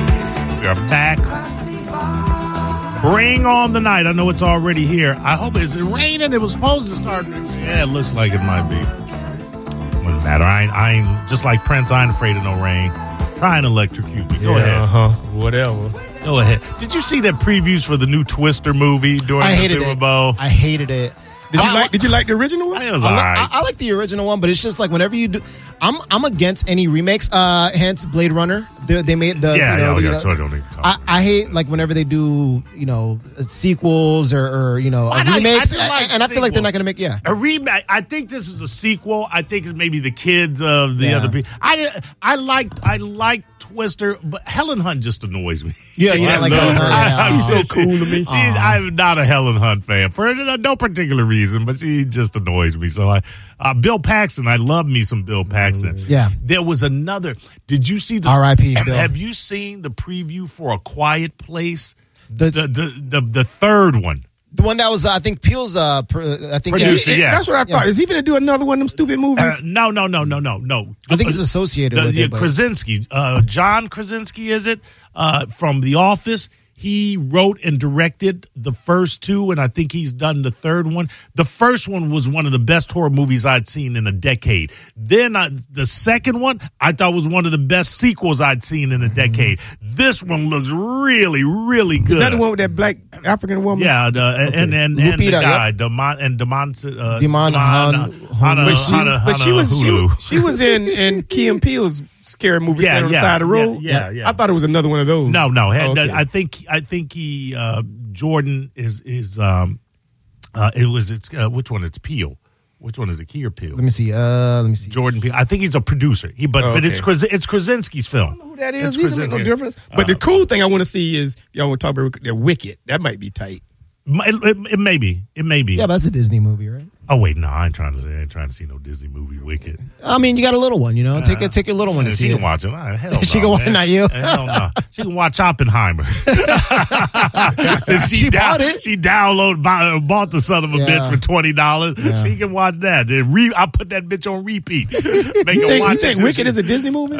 are back. Bring on the night. I know it's already here. I hope it's raining. It was supposed to start. Yeah, it looks like it might be. Wouldn't matter. I ain't, I ain't just like Prince. I ain't afraid of no rain. Try and electrocute me. Go Uh ahead. huh. Whatever. uh-huh. Go ahead. Did you see the previews for the new Twister movie during I the hated Super it. Bowl? I hated it. Did you I- like? Did you like the original one? It was I, li- alright. I, I like the original one, but it's just like whenever you do, I'm I'm against any remakes. Uh, hence Blade Runner. They, they made the Yeah, you know, yeah, we you got- so I know, don't need to talk I, about I hate like whenever they do you know sequels or, or you know I like- I remakes, do and- like and I feel like they're sequels. not gonna make yeah. A remake. I think this is a sequel. I think it's maybe the kids of the Yeah. other people. I I liked I liked Twister, but Helen Hunt just annoys me. Yeah, you I don't like love Helen Hunt, yeah. I'm She's so just- cool to me. she's- I'm not a Helen Hunt fan for no particular reason, but she just annoys me. So I, uh, Bill Paxton, I love me some Bill Mm. Paxton. Yeah. There was another. Did you see the R.I.P. Have, Bill. have you seen the preview for A Quiet Place? The- the, the the the third one. The one that was uh, I think Peel's uh pr- I think Producer, yeah, yeah. yes. That's what I thought. Is he gonna do another one of them stupid movies? Uh, no, no, no, no, no, no. Uh, I think it's associated the, with the it, but- Krasinski, uh, John Krasinski, is it uh, from The Office? He wrote and directed the first two, and I think he's done the third one. The first one was one of the best horror movies I'd seen in a decade. Then I, the second one I thought was one of the best sequels I'd seen in a decade. This one looks really, really good. Is that the one with that black African woman? Yeah, the, and and and the Lupita, guy, yep. Demon and Demon uh, Damon Han- Hana, But she, Hana, but she Hana was she, uh, Hulu. was- she was in in Kim Peel's scary movie Yeah, yeah, on yeah, the side of the yeah, road. yeah, yeah. I thought it was another one of those. No, no. had- Oh, Okay. I think I think he uh, Jordan is is um uh, it was it's uh, which one? It's Peel. Which one is it? Key or Peel? let me see. Uh, let me see. Jordan Peel. I think he's a producer. He but Oh, but it's okay. Kras- it's Krasinski's film. Who that is It's Uh, either make no Krasinski. difference. But the cool thing I want to see is y'all want to talk about the Wicked. That might be tight. M- It, it- it may be. It may be. Yeah, but that's a Disney movie, right? oh wait, no, I ain't trying to. I ain't trying to see no Disney movie. Wicked. I mean, you got a little one, you know. Take a, take your little one Yeah, to she see can it. watch it. All right, hell She no, can watch- man. not you. Hell no. She can watch Oppenheimer. Since She bought down- it. She downloaded buy, bought the son of a Yeah. bitch for twenty dollars. Yeah. She can watch that. Then Re- I put that bitch on repeat. Make You her think, watch Uh, you think it. Wicked is a Disney movie?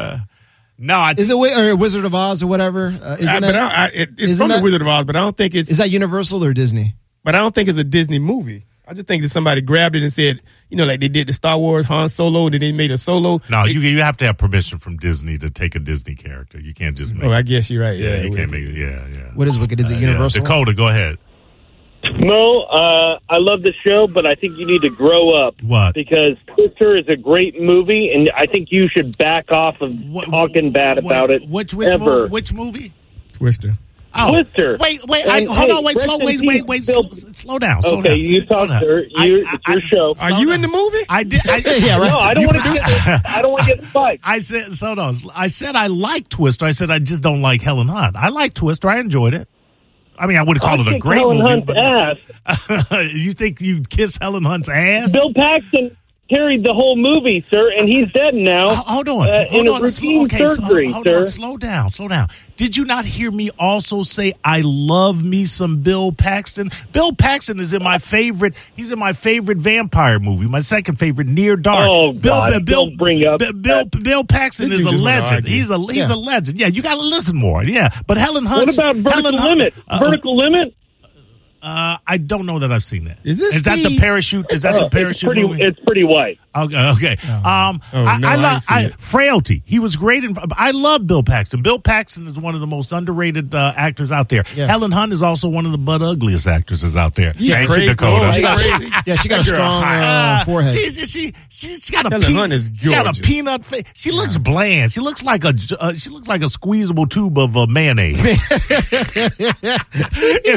no. I, Is it Wi- or Wizard of Oz or whatever? Uh, isn't I, but that, I, I, it, it's isn't from the that- Wizard of Oz, but I don't think it's. is that Universal or Disney? but I don't think it's a Disney movie. I just think that somebody grabbed it and said, you know, like they did the Star Wars Han Solo, then they made a solo. no, you you have to have permission from Disney to take a Disney character. You can't just make. Oh, I it. guess you're right. yeah, you Wicked. can't make. it. Yeah, yeah. What is Wicked? Is it Uh, Yeah, Universal? Dakota, go ahead. Mo, uh, I love the show, but I think you need to grow up. What? Because Twister is a great movie, and I think you should back off of What- talking bad what- about it. Which which, ever. mo- which movie? Twister. Oh, Twister. Wait, wait, I, And, hold hey, on, wait, rest slow, in wait, peace, wait, wait, Bill- slow, slow down. Slow Okay, down, you slow talk, down. sir. You- it's your show. Are you in the movie? I did. I, Yeah, right. No, I don't You want to produced- get. I don't want to get spiked. I said, so no, I said I like Twister. I said I just don't like Helen Hunt. I like Twister. I enjoyed it. I mean, I wouldn't call I it a kicked great Helen movie. Hunt's ass. but you think you kiss Helen Hunt's ass? Bill Paxton carried the whole movie, sir, and he's dead now. Ho- Hold on. Uh, hold in on. a routine okay, so- surgery, hold sir. on. Slow down. Slow down. Did you not hear me also say I love me some Bill Paxton? Bill Paxton is in Uh-huh. my favorite. He's in my favorite vampire movie. My second favorite, Near Dark. Oh, Bill, God, don't bring up Bill, Bill, Bill Paxton is Did you a just wanna legend. argue? He's a he's Yeah. a legend. Yeah, you got to listen more. Yeah, but Helen Hunt. what about vertical Helen Hunt- limit? uh, vertical limit. uh, I don't know that I've seen that. Is this is that the the- parachute? Is that the parachute? Oh, It's pretty. movie? It's pretty white. Okay, okay. Um, Oh, I, no, I I love see I, it. frailty. He was great, in, I love Bill Paxton. Bill Paxton is one of the most underrated uh, actors out there. Yeah. Helen Hunt is also one of the butt ugliest actresses out there. You Ain't she, crazy. Dakota. Oh, She you got crazy. a, yeah, she got a strong uh, Uh, forehead. She, she, she, she, she got a Helen peanut. Hunt is she got a gorgeous. peanut face. She looks bland. She looks like a j- uh, she looks like a squeezable tube of uh, mayonnaise. if,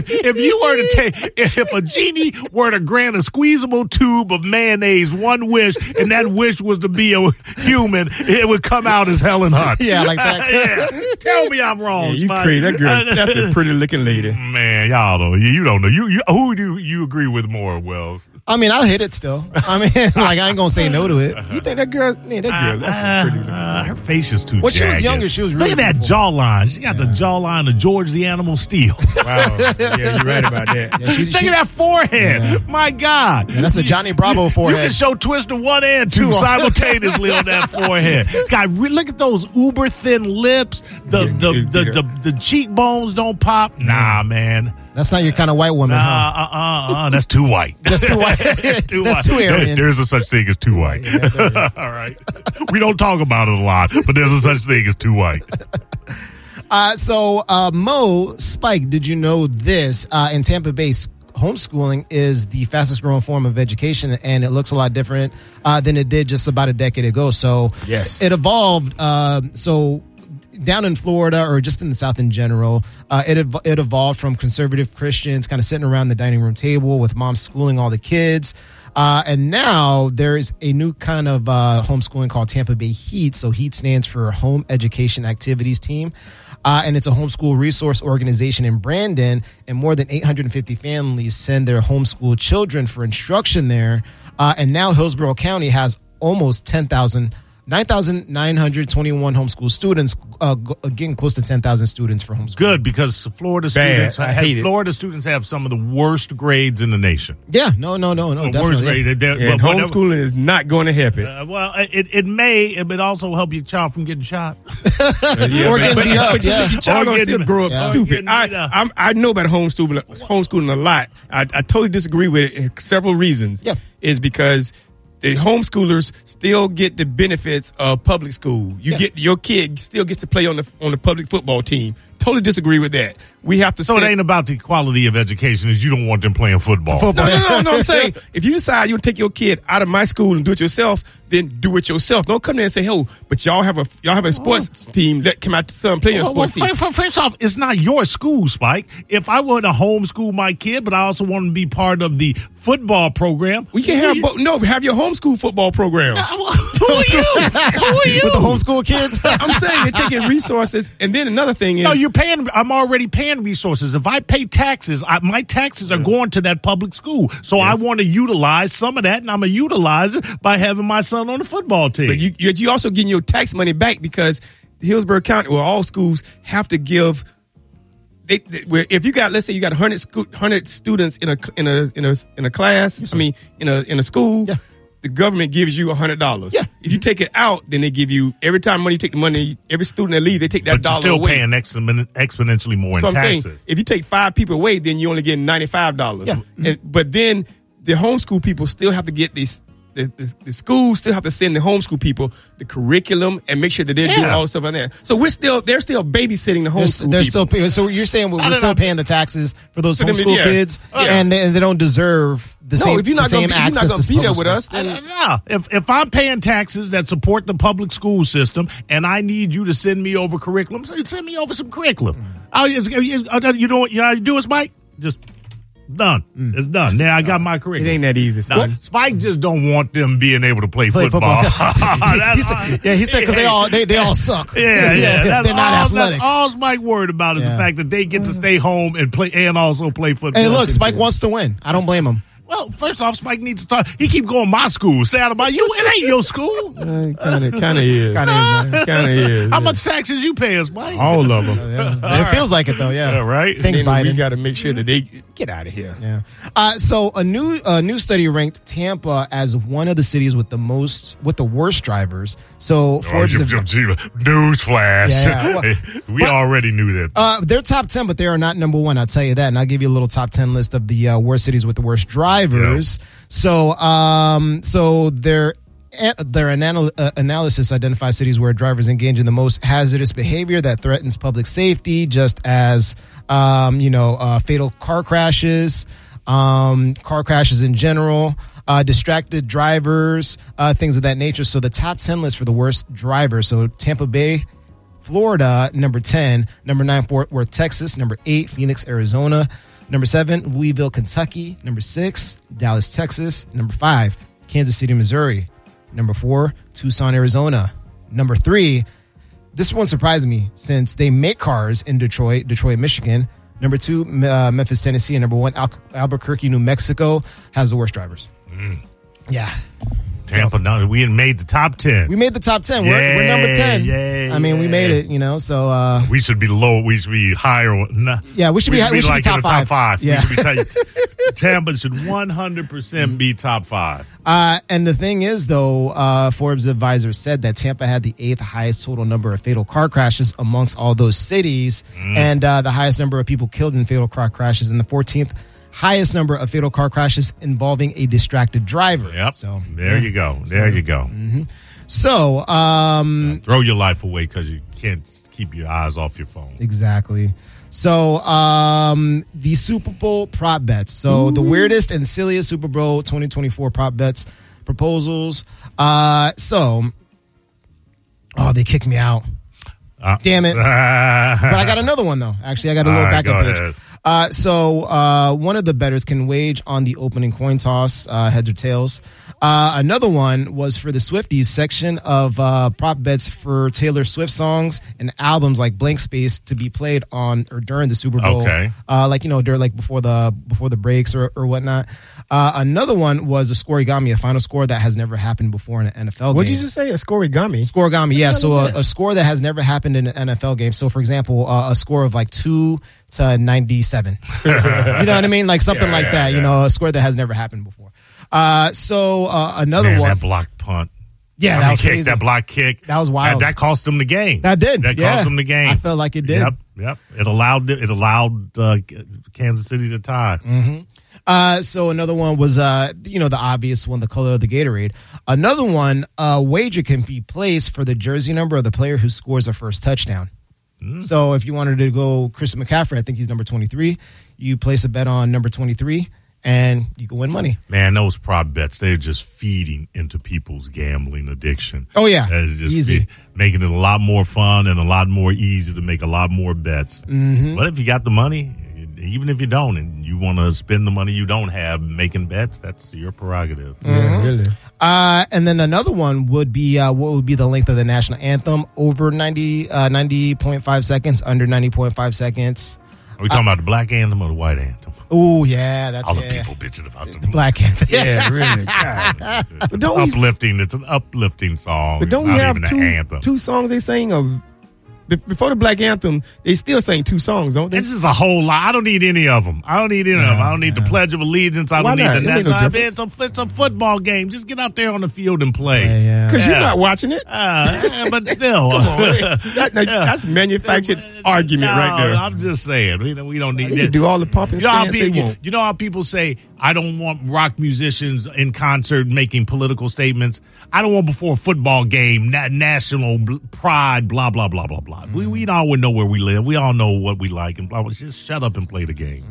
if you were to take if a genie were to grant a squeezable tube of mayonnaise one wish, and that wish was to be a human, it would come out as Helen Hunt. Yeah, like that. Yeah. Tell me I'm wrong. Yeah, you Spike. Uh, crazy. That girl, that's Mm. a pretty looking lady. Man, y'all don't. You, you don't know. You, you who do you agree with more, Wells? I mean, I'll hit it still. I mean, like I ain't gonna say no to it. Uh-huh. You think that girl? Man, that girl. That's a pretty. Uh, uh, her face is too. When she was jagged. younger, she was Look really at that beautiful. jawline. She got the jawline of George the Animal Steel. Wow. Yeah, you're right about that. Yeah, she- Look she- at that forehead. My God. Yeah, that's a Johnny Bravo You can forehead. show Twister one and two Two. simultaneously on that forehead. God, re- look at those uber thin lips. The Yeah, the, dude, the, Peter. the the cheekbones don't pop. Nah, man. that's not your kind of white woman. Uh-huh. Uh, huh? uh, uh, uh, that's too white. That's too white. That's too There- Aryan. there's a such thing as too white. Yeah, there is. All right. We don't talk about it a lot, but there's a such thing as too white. Uh, so, uh, Mo Spike, did you know this? Uh, in Tampa Bay, s- homeschooling is the fastest growing form of education, and it looks a lot different uh, than it did just about a decade ago. So, Yes. it evolved. um so, down in Florida, or just in the South in general, uh, it ev- it evolved from conservative Christians kind of sitting around the dining room table with moms schooling all the kids. Uh, and now there is a new kind of uh, homeschooling called Tampa Bay HEAT. So HEAT stands for Home Education Activities Team. Uh, and it's a homeschool resource organization in Brandon. And more than 850 families send their homeschool children for instruction there. Uh, and now Hillsborough County has almost 10,000 9,921 homeschool students, uh, go- again, close to 10,000 students for homeschool. Good because Florida Bad. students I hate it. Florida students have some of the worst grades in the nation. Yeah, no, no, no, no, The worst definitely. grade. They're- Yeah, and but whatever- homeschooling is not going to help it. Uh, well, it, it may, it would also help your child from getting shot. Yeah, Or but- getting but- beat up, but you yeah. should- Your Or child gonna getting- still grow up yeah. stupid. Getting I, beat up. I'm, I know about homeschooling, homeschooling a lot. I, I totally disagree with it. for Several reasons. Yeah. is because the homeschoolers still get the benefits of public school. You Yeah. get your kid still gets to play on the on the public football team. Totally disagree with that. We have to. So it set- ain't about the quality of education; is you don't want them playing football. No, no, no, no. I'm saying if you decide you'll take your kid out of my school and do it yourself, then do it yourself. Don't come there and say, "Oh, but y'all have a y'all have a sports team. Let come out to some play on your Well, well, sports team." fir- fir- first off, it's not your school, Spike. If I were to homeschool my kid, but I also want to be part of the football program, We can have both. No, have your homeschool football program. Who are you? Who are you? With the homeschool kids? I'm saying they're taking resources, and then another thing is No, you're paying. I'm already paying resources. If I pay taxes, I, my taxes are going to that public school. So I want to utilize some of that, and I'm gonna utilize it by having my son on the football team. but you, you you also getting your tax money back because Hillsborough County, well, all schools have to give. They, they, where if you got, let's say, you got 100, sco- 100 students in a cl- in a in a in a class. I mean, in a in a school. Yeah. The government gives you hundred dollars. Yeah. If you take it out, then they give you every time money you take the money, every student that leaves, they take that but you're dollar still away. paying exponent- exponentially more So in I'm taxes. saying, if you take five people away, then you only get ninety five dollars. Yeah. but then the homeschool people still have to get these. The, the, the schools still have to send the homeschool people the curriculum and make sure that they're doing Yeah. all the stuff on there. So we're still they're still babysitting the They're, homeschool. they're people. still pay- so you're saying we're don't still know. paying the taxes for those So then, homeschool yeah. Oh, kids, Yeah. and, they, and they don't deserve the no. same if you're the not going same to be, if you're access not going to to be there public with us, schools. then Uh, yeah, if if I'm paying taxes that support the public school system, and I need you to send me over curriculum, s- send me over some Mm. curriculum. I'll, it's- it's- I'll- you know what? You know how you do it, Spike? Just done. It's done. Now I got my Mm. it curriculum. ain't that easy. Son. Nah, Spike just don't want them being able to play, Play football. football. That's he said, yeah, he said because they all they, they all suck. Yeah, yeah, That's they're not all, athletic. That's all Spike worried about is the Yeah. fact that they get to stay home and play and also play football. Hey, look, Spike wants to win. I don't blame him. Well, first off, Spike needs to start. He keep going my school. Stay out of my. You it ain't your school. Kind of, kind of is. Kind of is. Kind of is. How much taxes you pay us, Mike? All of them. it feels like it though. Yeah, Yeah, right? Thanks, Then We Biden. got to make sure that they get out of here. Yeah. Uh, so a new a new study ranked Tampa as one of the cities with the most with the worst drivers. Oh, So Forbes have- Newsflash. Yeah, yeah. we already knew that. uh, they're top ten, but they are not number one. I'll tell you that, and I'll give you a little top ten list of the uh, worst cities with the worst drivers. So um, so their an- Their anal- uh, analysis identifies cities where drivers engage in the most hazardous behavior that threatens public safety, just as um, you know, uh, fatal car crashes, um, car crashes in general, uh, distracted drivers, uh, things of that nature. So the top 10 list for the worst drivers. So Tampa Bay, Florida, number 10, number 9, Fort Worth, Texas, number 8, Phoenix, Arizona, number 7, Louisville, Kentucky, number 6, Dallas, Texas, number 5, Kansas City, Missouri, number 4, Tucson, Arizona, number 3, this one surprised me since they make cars in Detroit, Detroit, Michigan. Number two, M- uh, Memphis, Tennessee, and number one, Al- Albuquerque, New Mexico has the worst drivers. Mm. Yeah. Tampa, no, we had made the top ten. We made the top 10. we're, we're number Yay, 10. yay, I mean, we yay. made it, you know, so. Uh, We should be low. We should be higher. Nah, Yeah, we should be hi- we should be like top in the top five. five. Yeah. We should be tight. Tampa should one hundred percent be top five. uh, and the thing is, though, uh, Forbes advisor said that Tampa had the eighth highest total number of fatal car crashes amongst all those cities, and uh, the highest number of people killed in fatal car crashes, and the 14th highest number of fatal car crashes involving a distracted driver. Yep. So mm-hmm. there you go. There you go. So, um, Throw your life away because you can't keep your eyes off your phone. Exactly. So, um, the Super Bowl prop bets. So, the weirdest and silliest Super Bowl 2024 prop bets proposals. Uh, so, oh, they kicked me out. Uh, Damn it. But I got another one, though. Actually, I got a All little right, backup go ahead. page. Uh, so, uh, one of the betters can wage on the opening coin toss, uh, heads or tails. Uh, another one was for the Swifties section of uh, prop bets for Taylor Swift songs and albums like Blank Space to be played on or during the Super Bowl. Okay. Uh, like you know, during like before the before the breaks or, or whatnot. Uh, another one was the scorigami, a final score that has never happened before in an NFL What'd game. you just say? A scorigami. Scoregami, yeah. So a, a score that has never happened in an NFL game. So, for example, uh, a score of like two to ninety-seven. you know what I mean? Like something Yeah, like yeah, that. You yeah. know, a score that has never happened before. Uh, so uh, another Man, one. that block punt. Yeah, I that mean, was kick, crazy. That block kick. That was wild. That, that cost them the game. That did, That yeah. cost them the game. I felt like it did. Yep. Yep. It allowed it allowed uh, Kansas City to Mm-hmm. tie. Uh, so another one was, uh, you know, the obvious one, the color of the Gatorade. Another one, uh, wager can be placed for the jersey number of the player who scores a first touchdown. Mm. So if you wanted to go Christian McCaffrey, I think he's number 23. You place a bet on number 23 and you can win money. Man, those prop bets, they're just feeding into people's gambling addiction. Oh, yeah. That is just Easy. fe- making it a lot more fun and a lot more easy to make a lot more bets. Mm-hmm. But if you got the money, even if you don't, and you want to spend the money you don't have making bets, that's your prerogative. Yeah, really. Uh, and then another one would be uh, what would be the length of the national anthem over 90, uh, 90.5 seconds, under 90.5 seconds. Are we talking about the black anthem or the white anthem? Oh, yeah, that's All the yeah. people bitching about the, Black anthem. Yeah, really. God. It's don't we- uplifting. it's an uplifting song. But don't it's we not have even an two, anthem. two songs they sing of be- before the Black Anthem? They still sang two songs, don't they? This is a whole lot. I don't need any of them. I don't need any of them. I don't need the Pledge of Allegiance. I Why don't need not? the It ain't no national anthem. difference. It's a, it's a football game. Just get out there on the field and play. Yeah, yeah. Because Yeah. you're not watching it. Uh, but still, That- that- That's manufactured argument No, right there. I'm just saying. We don't, we don't need They can that. do all the pumping You know, how stance they people, want. you know how people say, I don't want rock musicians in concert making political statements. I don't want before a football game, na- national bl- pride, blah, blah, blah, blah, blah. We, Mm. we all would know where we live. We all know what we like and blah, blah. Just shut up and play the game.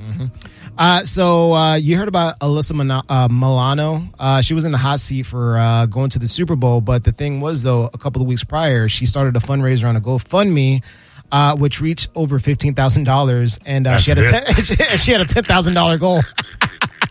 Uh, so uh, you heard about Alyssa Milano. Uh, Milano. Uh, she was in the hot seat for uh, going to the Super Bowl, but the thing was, though, a couple of weeks prior, she started a fundraiser on a GoFundMe. Uh, which reached over fifteen thousand dollars, and uh, she had a That's ten, she had a ten thousand dollar goal.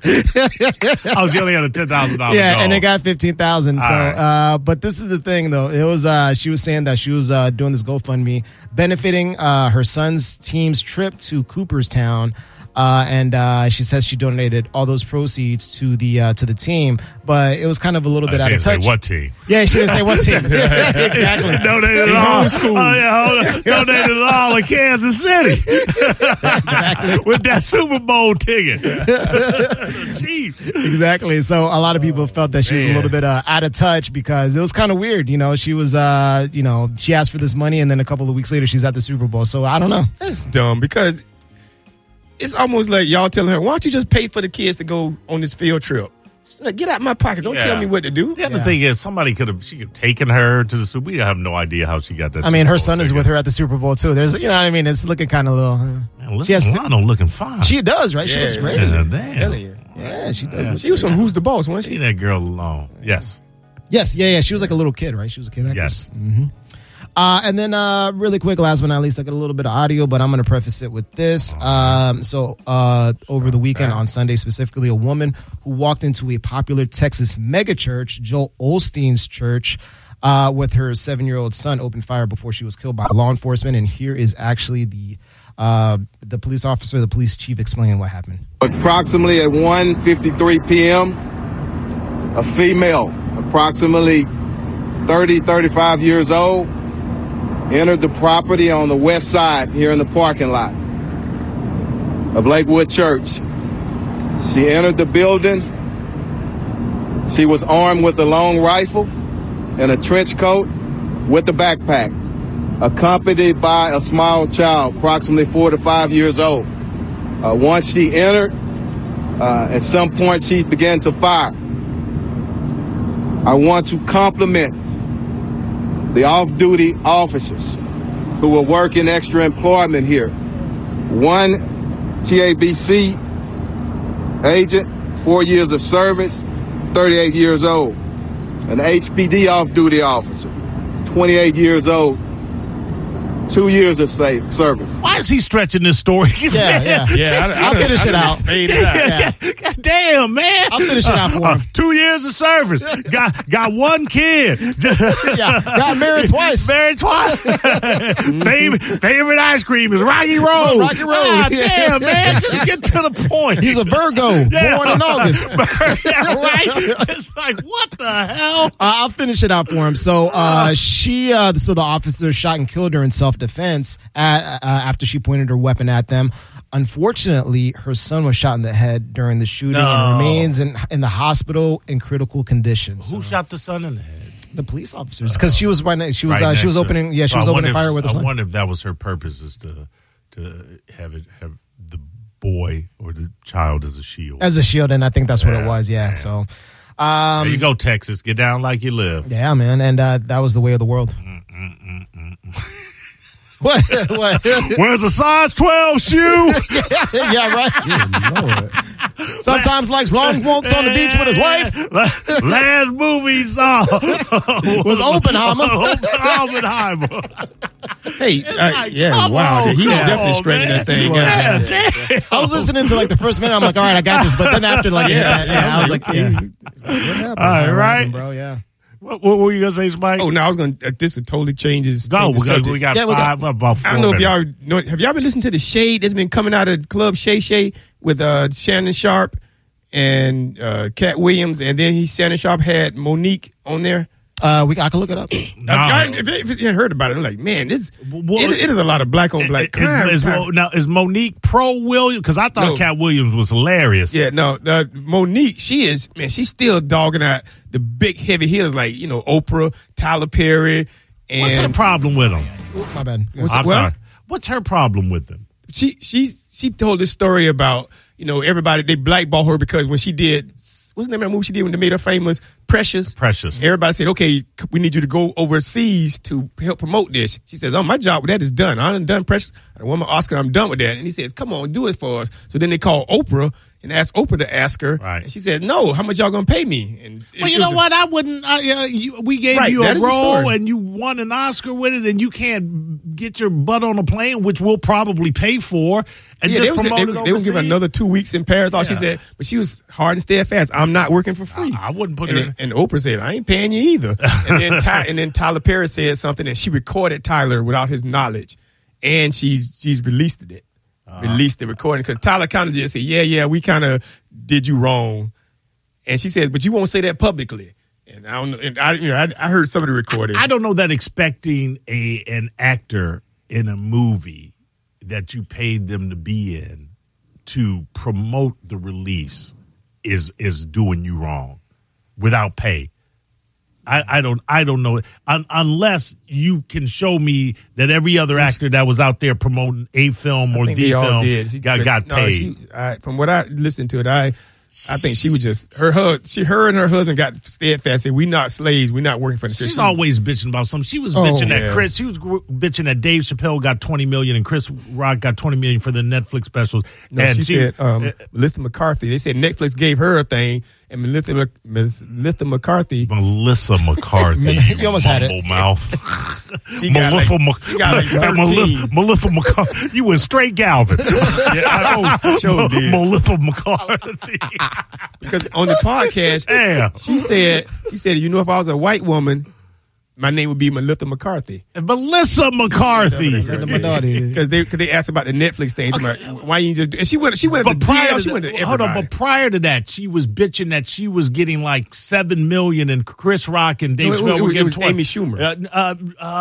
I was yelling at a $10,000 yeah, goal. and it got fifteen thousand. So, uh, but this is the thing, though. It was uh, she was saying that she was uh, doing this GoFundMe, benefiting uh, her son's team's trip to Cooperstown. Uh, and uh, she says she donated all those proceeds to the uh, to the team, but it was kind of a little I bit out Uh, didn't of say touch. what team? Yeah, she didn't say what team. exactly. No, they did it all. Oh, yeah, hold on. No, they did it all in Kansas City. With that Super Bowl ticket. Chiefs. exactly. So a lot of people felt that she was a Oh, man. little bit uh, out of touch because it was kind of weird. You know, she was, uh, you know, she asked for this money, and then a couple of weeks later, she's at the Super Bowl. So I don't know. That's dumb because it's almost like y'all telling her, "Why don't you just pay for the kids to go on this field trip?" She's like, get out my pocket! Don't tell Yeah. me what to do. The other Yeah. thing is, somebody could have, she could have taken her to the Super We have no idea how she got that. I mean, her son is with her at the Super Bowl too. There's, you know, what I mean, it's looking kind of little. uh, Man, listen, She has- Lionel looking fine. She does, right? She looks Yeah. great. yeah, Yeah, Telling damn. you. she does. look- She was from Who's the Boss, wasn't Leave she? that girl alone. Yes. yes, yeah, yeah. She was like a little kid, right? She was a kid actress. Yes. Uh, and then, uh, really quick, last but not least, I got a little bit of audio, but I'm going to preface it with this. Um, so, uh, over the weekend, on Sunday specifically, a woman who walked into a popular Texas megachurch, Joel Olstein's church, uh, with her seven year old son, opened fire before she was killed by law enforcement. And here is actually the uh, the police officer, the police chief, explaining what happened. Approximately at 1:53 p.m., a female, approximately 30, 35 years old, entered the property on the west side here in the parking lot of Lakewood Church. She entered the building. She was armed with a long rifle and a trench coat with a backpack, accompanied by a small child, approximately four to five years old. Uh, once she entered, uh, at some point she began to fire. I want to compliment the off duty officers who were working extra employment here. One TABC agent, four years of service, 38 years old. An HPD off duty officer, 28 years old, two years of sa- service. Why is he stretching this story? Yeah, yeah. Yeah, I'll finish it out. Fade it out. Yeah. God damn, man. I'll finish it out for him. Two years of service. Got got one kid. Yeah, got married twice. Married twice. favorite, favorite ice cream is Rocky Road. Mm-hmm. Rocky Road. Ah, damn, man. Just get to the point. He's a Virgo, born in August. yeah, right? It's like, what the hell? Uh, I'll finish it out for him. So uh, she, uh, so the officer shot and killed her in self defense uh, after she pointed her weapon at them. Unfortunately, her son was shot in the head during the shooting No. and remains in in the hospital in critical condition. So Who shot the son in the head? the police officers, because she was right next, she was Right uh, next she was to- opening, yeah, she So was I opening wonder fire if, with her I son. wonder if that was her purpose is to to have it have the boy or the child as a shield. as a shield, and I think that's what it Yeah, was. Yeah, so there um, you go, Texas. Get down like you live. yeah, man, and uh, that was the way of the world. Mm, What? what? Where's a size twelve shoe? yeah, right. Sometimes likes long walks on the beach with his wife. La- Last movie saw was Oppenheimer. Oh, Oppenheimer. Hey, uh, like, yeah, come wow. on, he come definitely on, straightened man. that thing out. Yeah, damn. I was listening to like the first minute. I'm like, all right, I got this. But then after like, yeah, Yeah, that, yeah, I was like, yeah. what happened? All What right. happened, bro. Yeah. What, what were you gonna say, Spike? Oh, no, I was going to, this totally changes. no, changes we got, subject. we got Yeah, we got- five about four I don't know if minutes. y'all know. Have y'all been listening to the Shade that's been coming out of Club Shay Shay with uh, Shannon Sharp and uh, Cat Williams, and then he Shannon Sharp had Monique on there. Uh, we I can look it up. No. I, I, if, if you heard about it, I'm like, man, this Well, it- it is a lot of black on black Is- crime. is Mo- now is Monique pro William? Because I thought No. Cat Williams was hilarious. Yeah, no, uh, Monique, she is man. She's still dogging out the big heavy hitters like you know Oprah, Tyler Perry, and What's her problem with him? Oop, My bad. What's- I'm well- sorry. What's her problem with him? she she she told this story about you know everybody they blackball her because when she did what's the name of that movie she did when they made her famous Precious Precious. everybody said okay we need you to go overseas to help promote this she says oh my job with that is done I done done Precious I done won my Oscar I'm done with that and he says come on do it for us so then they call Oprah and asked Oprah to ask her Right. and she said no how much y'all gonna pay me and Well, you know what? I wouldn't. I, uh, you, we gave Right, you a that is the role story. and you won an Oscar with it, and you can't get your butt on a plane, which we'll probably pay for, and yeah, they just was, promote they, it they was giving overseas? another two weeks in Paris. All she Yeah. said, but she was hard and steadfast. I'm not working for free. I- I wouldn't put and her then- And Oprah said, I ain't paying you either. And then, Ty, and then Tyler Perry said something, and she recorded Tyler without his knowledge, and she's she's released it, Uh-huh. released the recording because Tyler kind of just said, yeah, yeah, we kind of did you wrong, and she said, but you won't say that publicly. And I don't know. And I, you know, I, I heard somebody recorded. I don't know that expecting a an actor in a movie that you paid them to be in to promote the release is is doing you wrong without pay. I, I don't I don't know Un, unless you can show me that every other actor that was out there promoting a film or I think the they all film did. She- got but- got no, paid. she- I, from what I listened to it, I I think she was just her hus- she her and her husband got steadfast. Said, we not slaves. We not working for the. She's Christian." always bitching about something. She was Oh, bitching at yeah. Chris. She was gr- bitching that Dave Chappelle got twenty million and Chris Rock got twenty million for the Netflix specials. No, and eh, she, said um, Melissa McCarthy. They said Netflix gave her a thing, and Melissa, Mc- Melissa McCarthy. Melissa McCarthy. You almost had it. mumble Mouth. She got Melissa like- Mc- she got like that 13. Melissa, Melissa McCarthy. You went straight Galvin. I know, sure did. Melissa McCarthy. Because on the podcast, Damn. she said she said you know if I was a white woman, my name would be Melissa McCarthy. Melissa McCarthy. Illuminati. Because they, cause they asked about the Netflix thing. She's like, why you just do and she went she went to But prior DL, to she went to that, hold on, everybody. but prior to that, she was bitching that she was getting like seven million, and Chris Rock and Dave No, it- Chappelle it- were it getting was 20. Amy Schumer. Uh, n- uh,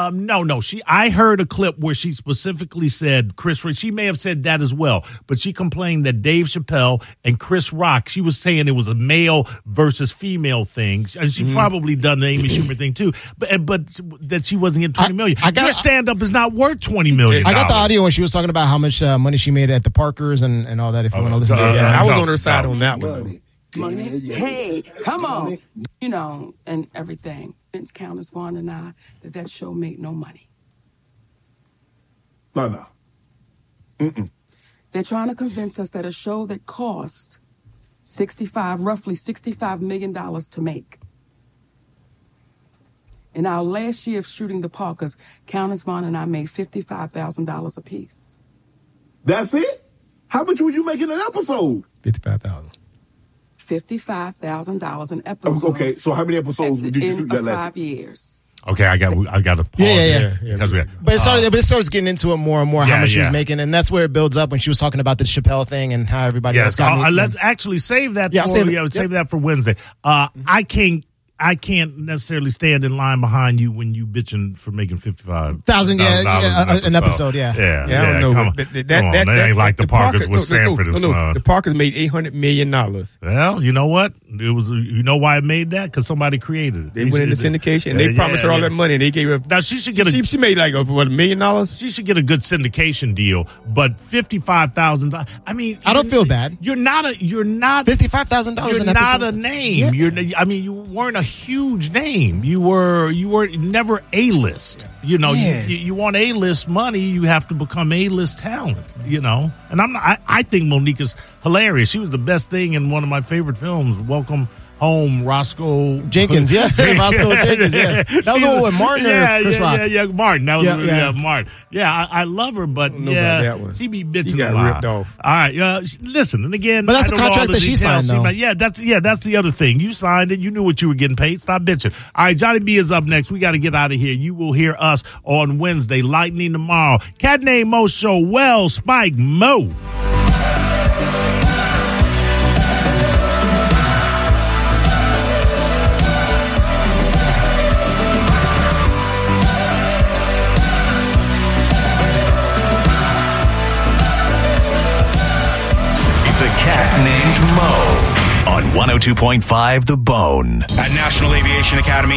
um, no, no, she. I heard a clip where she specifically said Chris. Rock. She may have said that as well, but she complained that Dave Chappelle and Chris Rock. She was saying it was a male versus female thing, and she probably done the Amy Schumer thing too. But and- but that she wasn't getting twenty I- million. I got- Your stand up is not worth twenty million. I got the dollars. audio when she was talking about how much uh, money she made at the Parkers and, and all that. If you want to listen to uh, it, yeah, I was no, on her side no. on that one. Hey, come on. You know, and everything. Vince Countess Vaughn and I, that that show made no money. No, no. They're trying to convince us that a show that cost 65, roughly $65 million to make. In our last year of shooting the Parkers, Countess Vaughn and I made $55,000 apiece. That's it? How much were you making an episode? Fifty five thousand. $55,000 an episode. Oh, Okay, so how many episodes at did the you shoot end that of last? five years. Okay, I got I got to pause Yeah, yeah, there yeah. because we- But it started, but it starts getting into it more and more Um, yeah, how much she was yeah. making, and that's where it builds up when she was talking about the Chappelle thing and how everybody Yes, else oh, got. I'll- me- I'll- let's actually save that. Yeah, for, save it. Mm-hmm. yeah, save that for Wednesday. Uh, I can't. I can't necessarily stand in line behind you when you bitching for making fifty five Thousand, yeah, yeah, uh, an episode, yeah. yeah, Yeah, I don't know. Come on, but th- th- Come on, that, ain't like the, Parkers with no, no, Sanford and no, no, Son. The Parkers made eight hundred million dollars. well, you know what? It was. You know why it made that? Because somebody created it. They went into syndication and they Yeah, promised her all yeah. that money. And they gave her Now she should get a she, she made like over what a million dollars. She should get a good syndication deal, but fifty five thousand. I mean, I don't you're- feel bad. You're not a. You're not Fifty-five thousand dollars You're an not episode. a name. You're. n- I mean, you weren't a huge name. You were. You were never a list. You know, you, you, you want a list money. You have to become a list talent. You know, and I'm. Not, I, I think Monique is hilarious. She was the best thing in one of my favorite films. Welcome. Home, Roscoe Jenkins, yeah, Roscoe Jenkins, yeah. That She's was the one a- with Martin or yeah, Chris yeah, Rock? Yeah, yeah, Martin. That was Yeah, yeah, yeah. Martin. Yeah, I, I love her, but know yeah, about that one. she be She bitching got a lot. ripped off. All right, uh, s- listen, and again, But that's I the don't know all contract that she details. signed, though. might- yeah, that's yeah, that's the other thing. You signed it. You knew what you were getting paid. Stop bitching. All right, Johnny B is up next. We got to get out of here. You will hear us on Wednesday, lightning tomorrow. Cat name Mo show. Well, Spike Mo. It's a cat named Mo on 102.5 The Bone. At National Aviation Academy.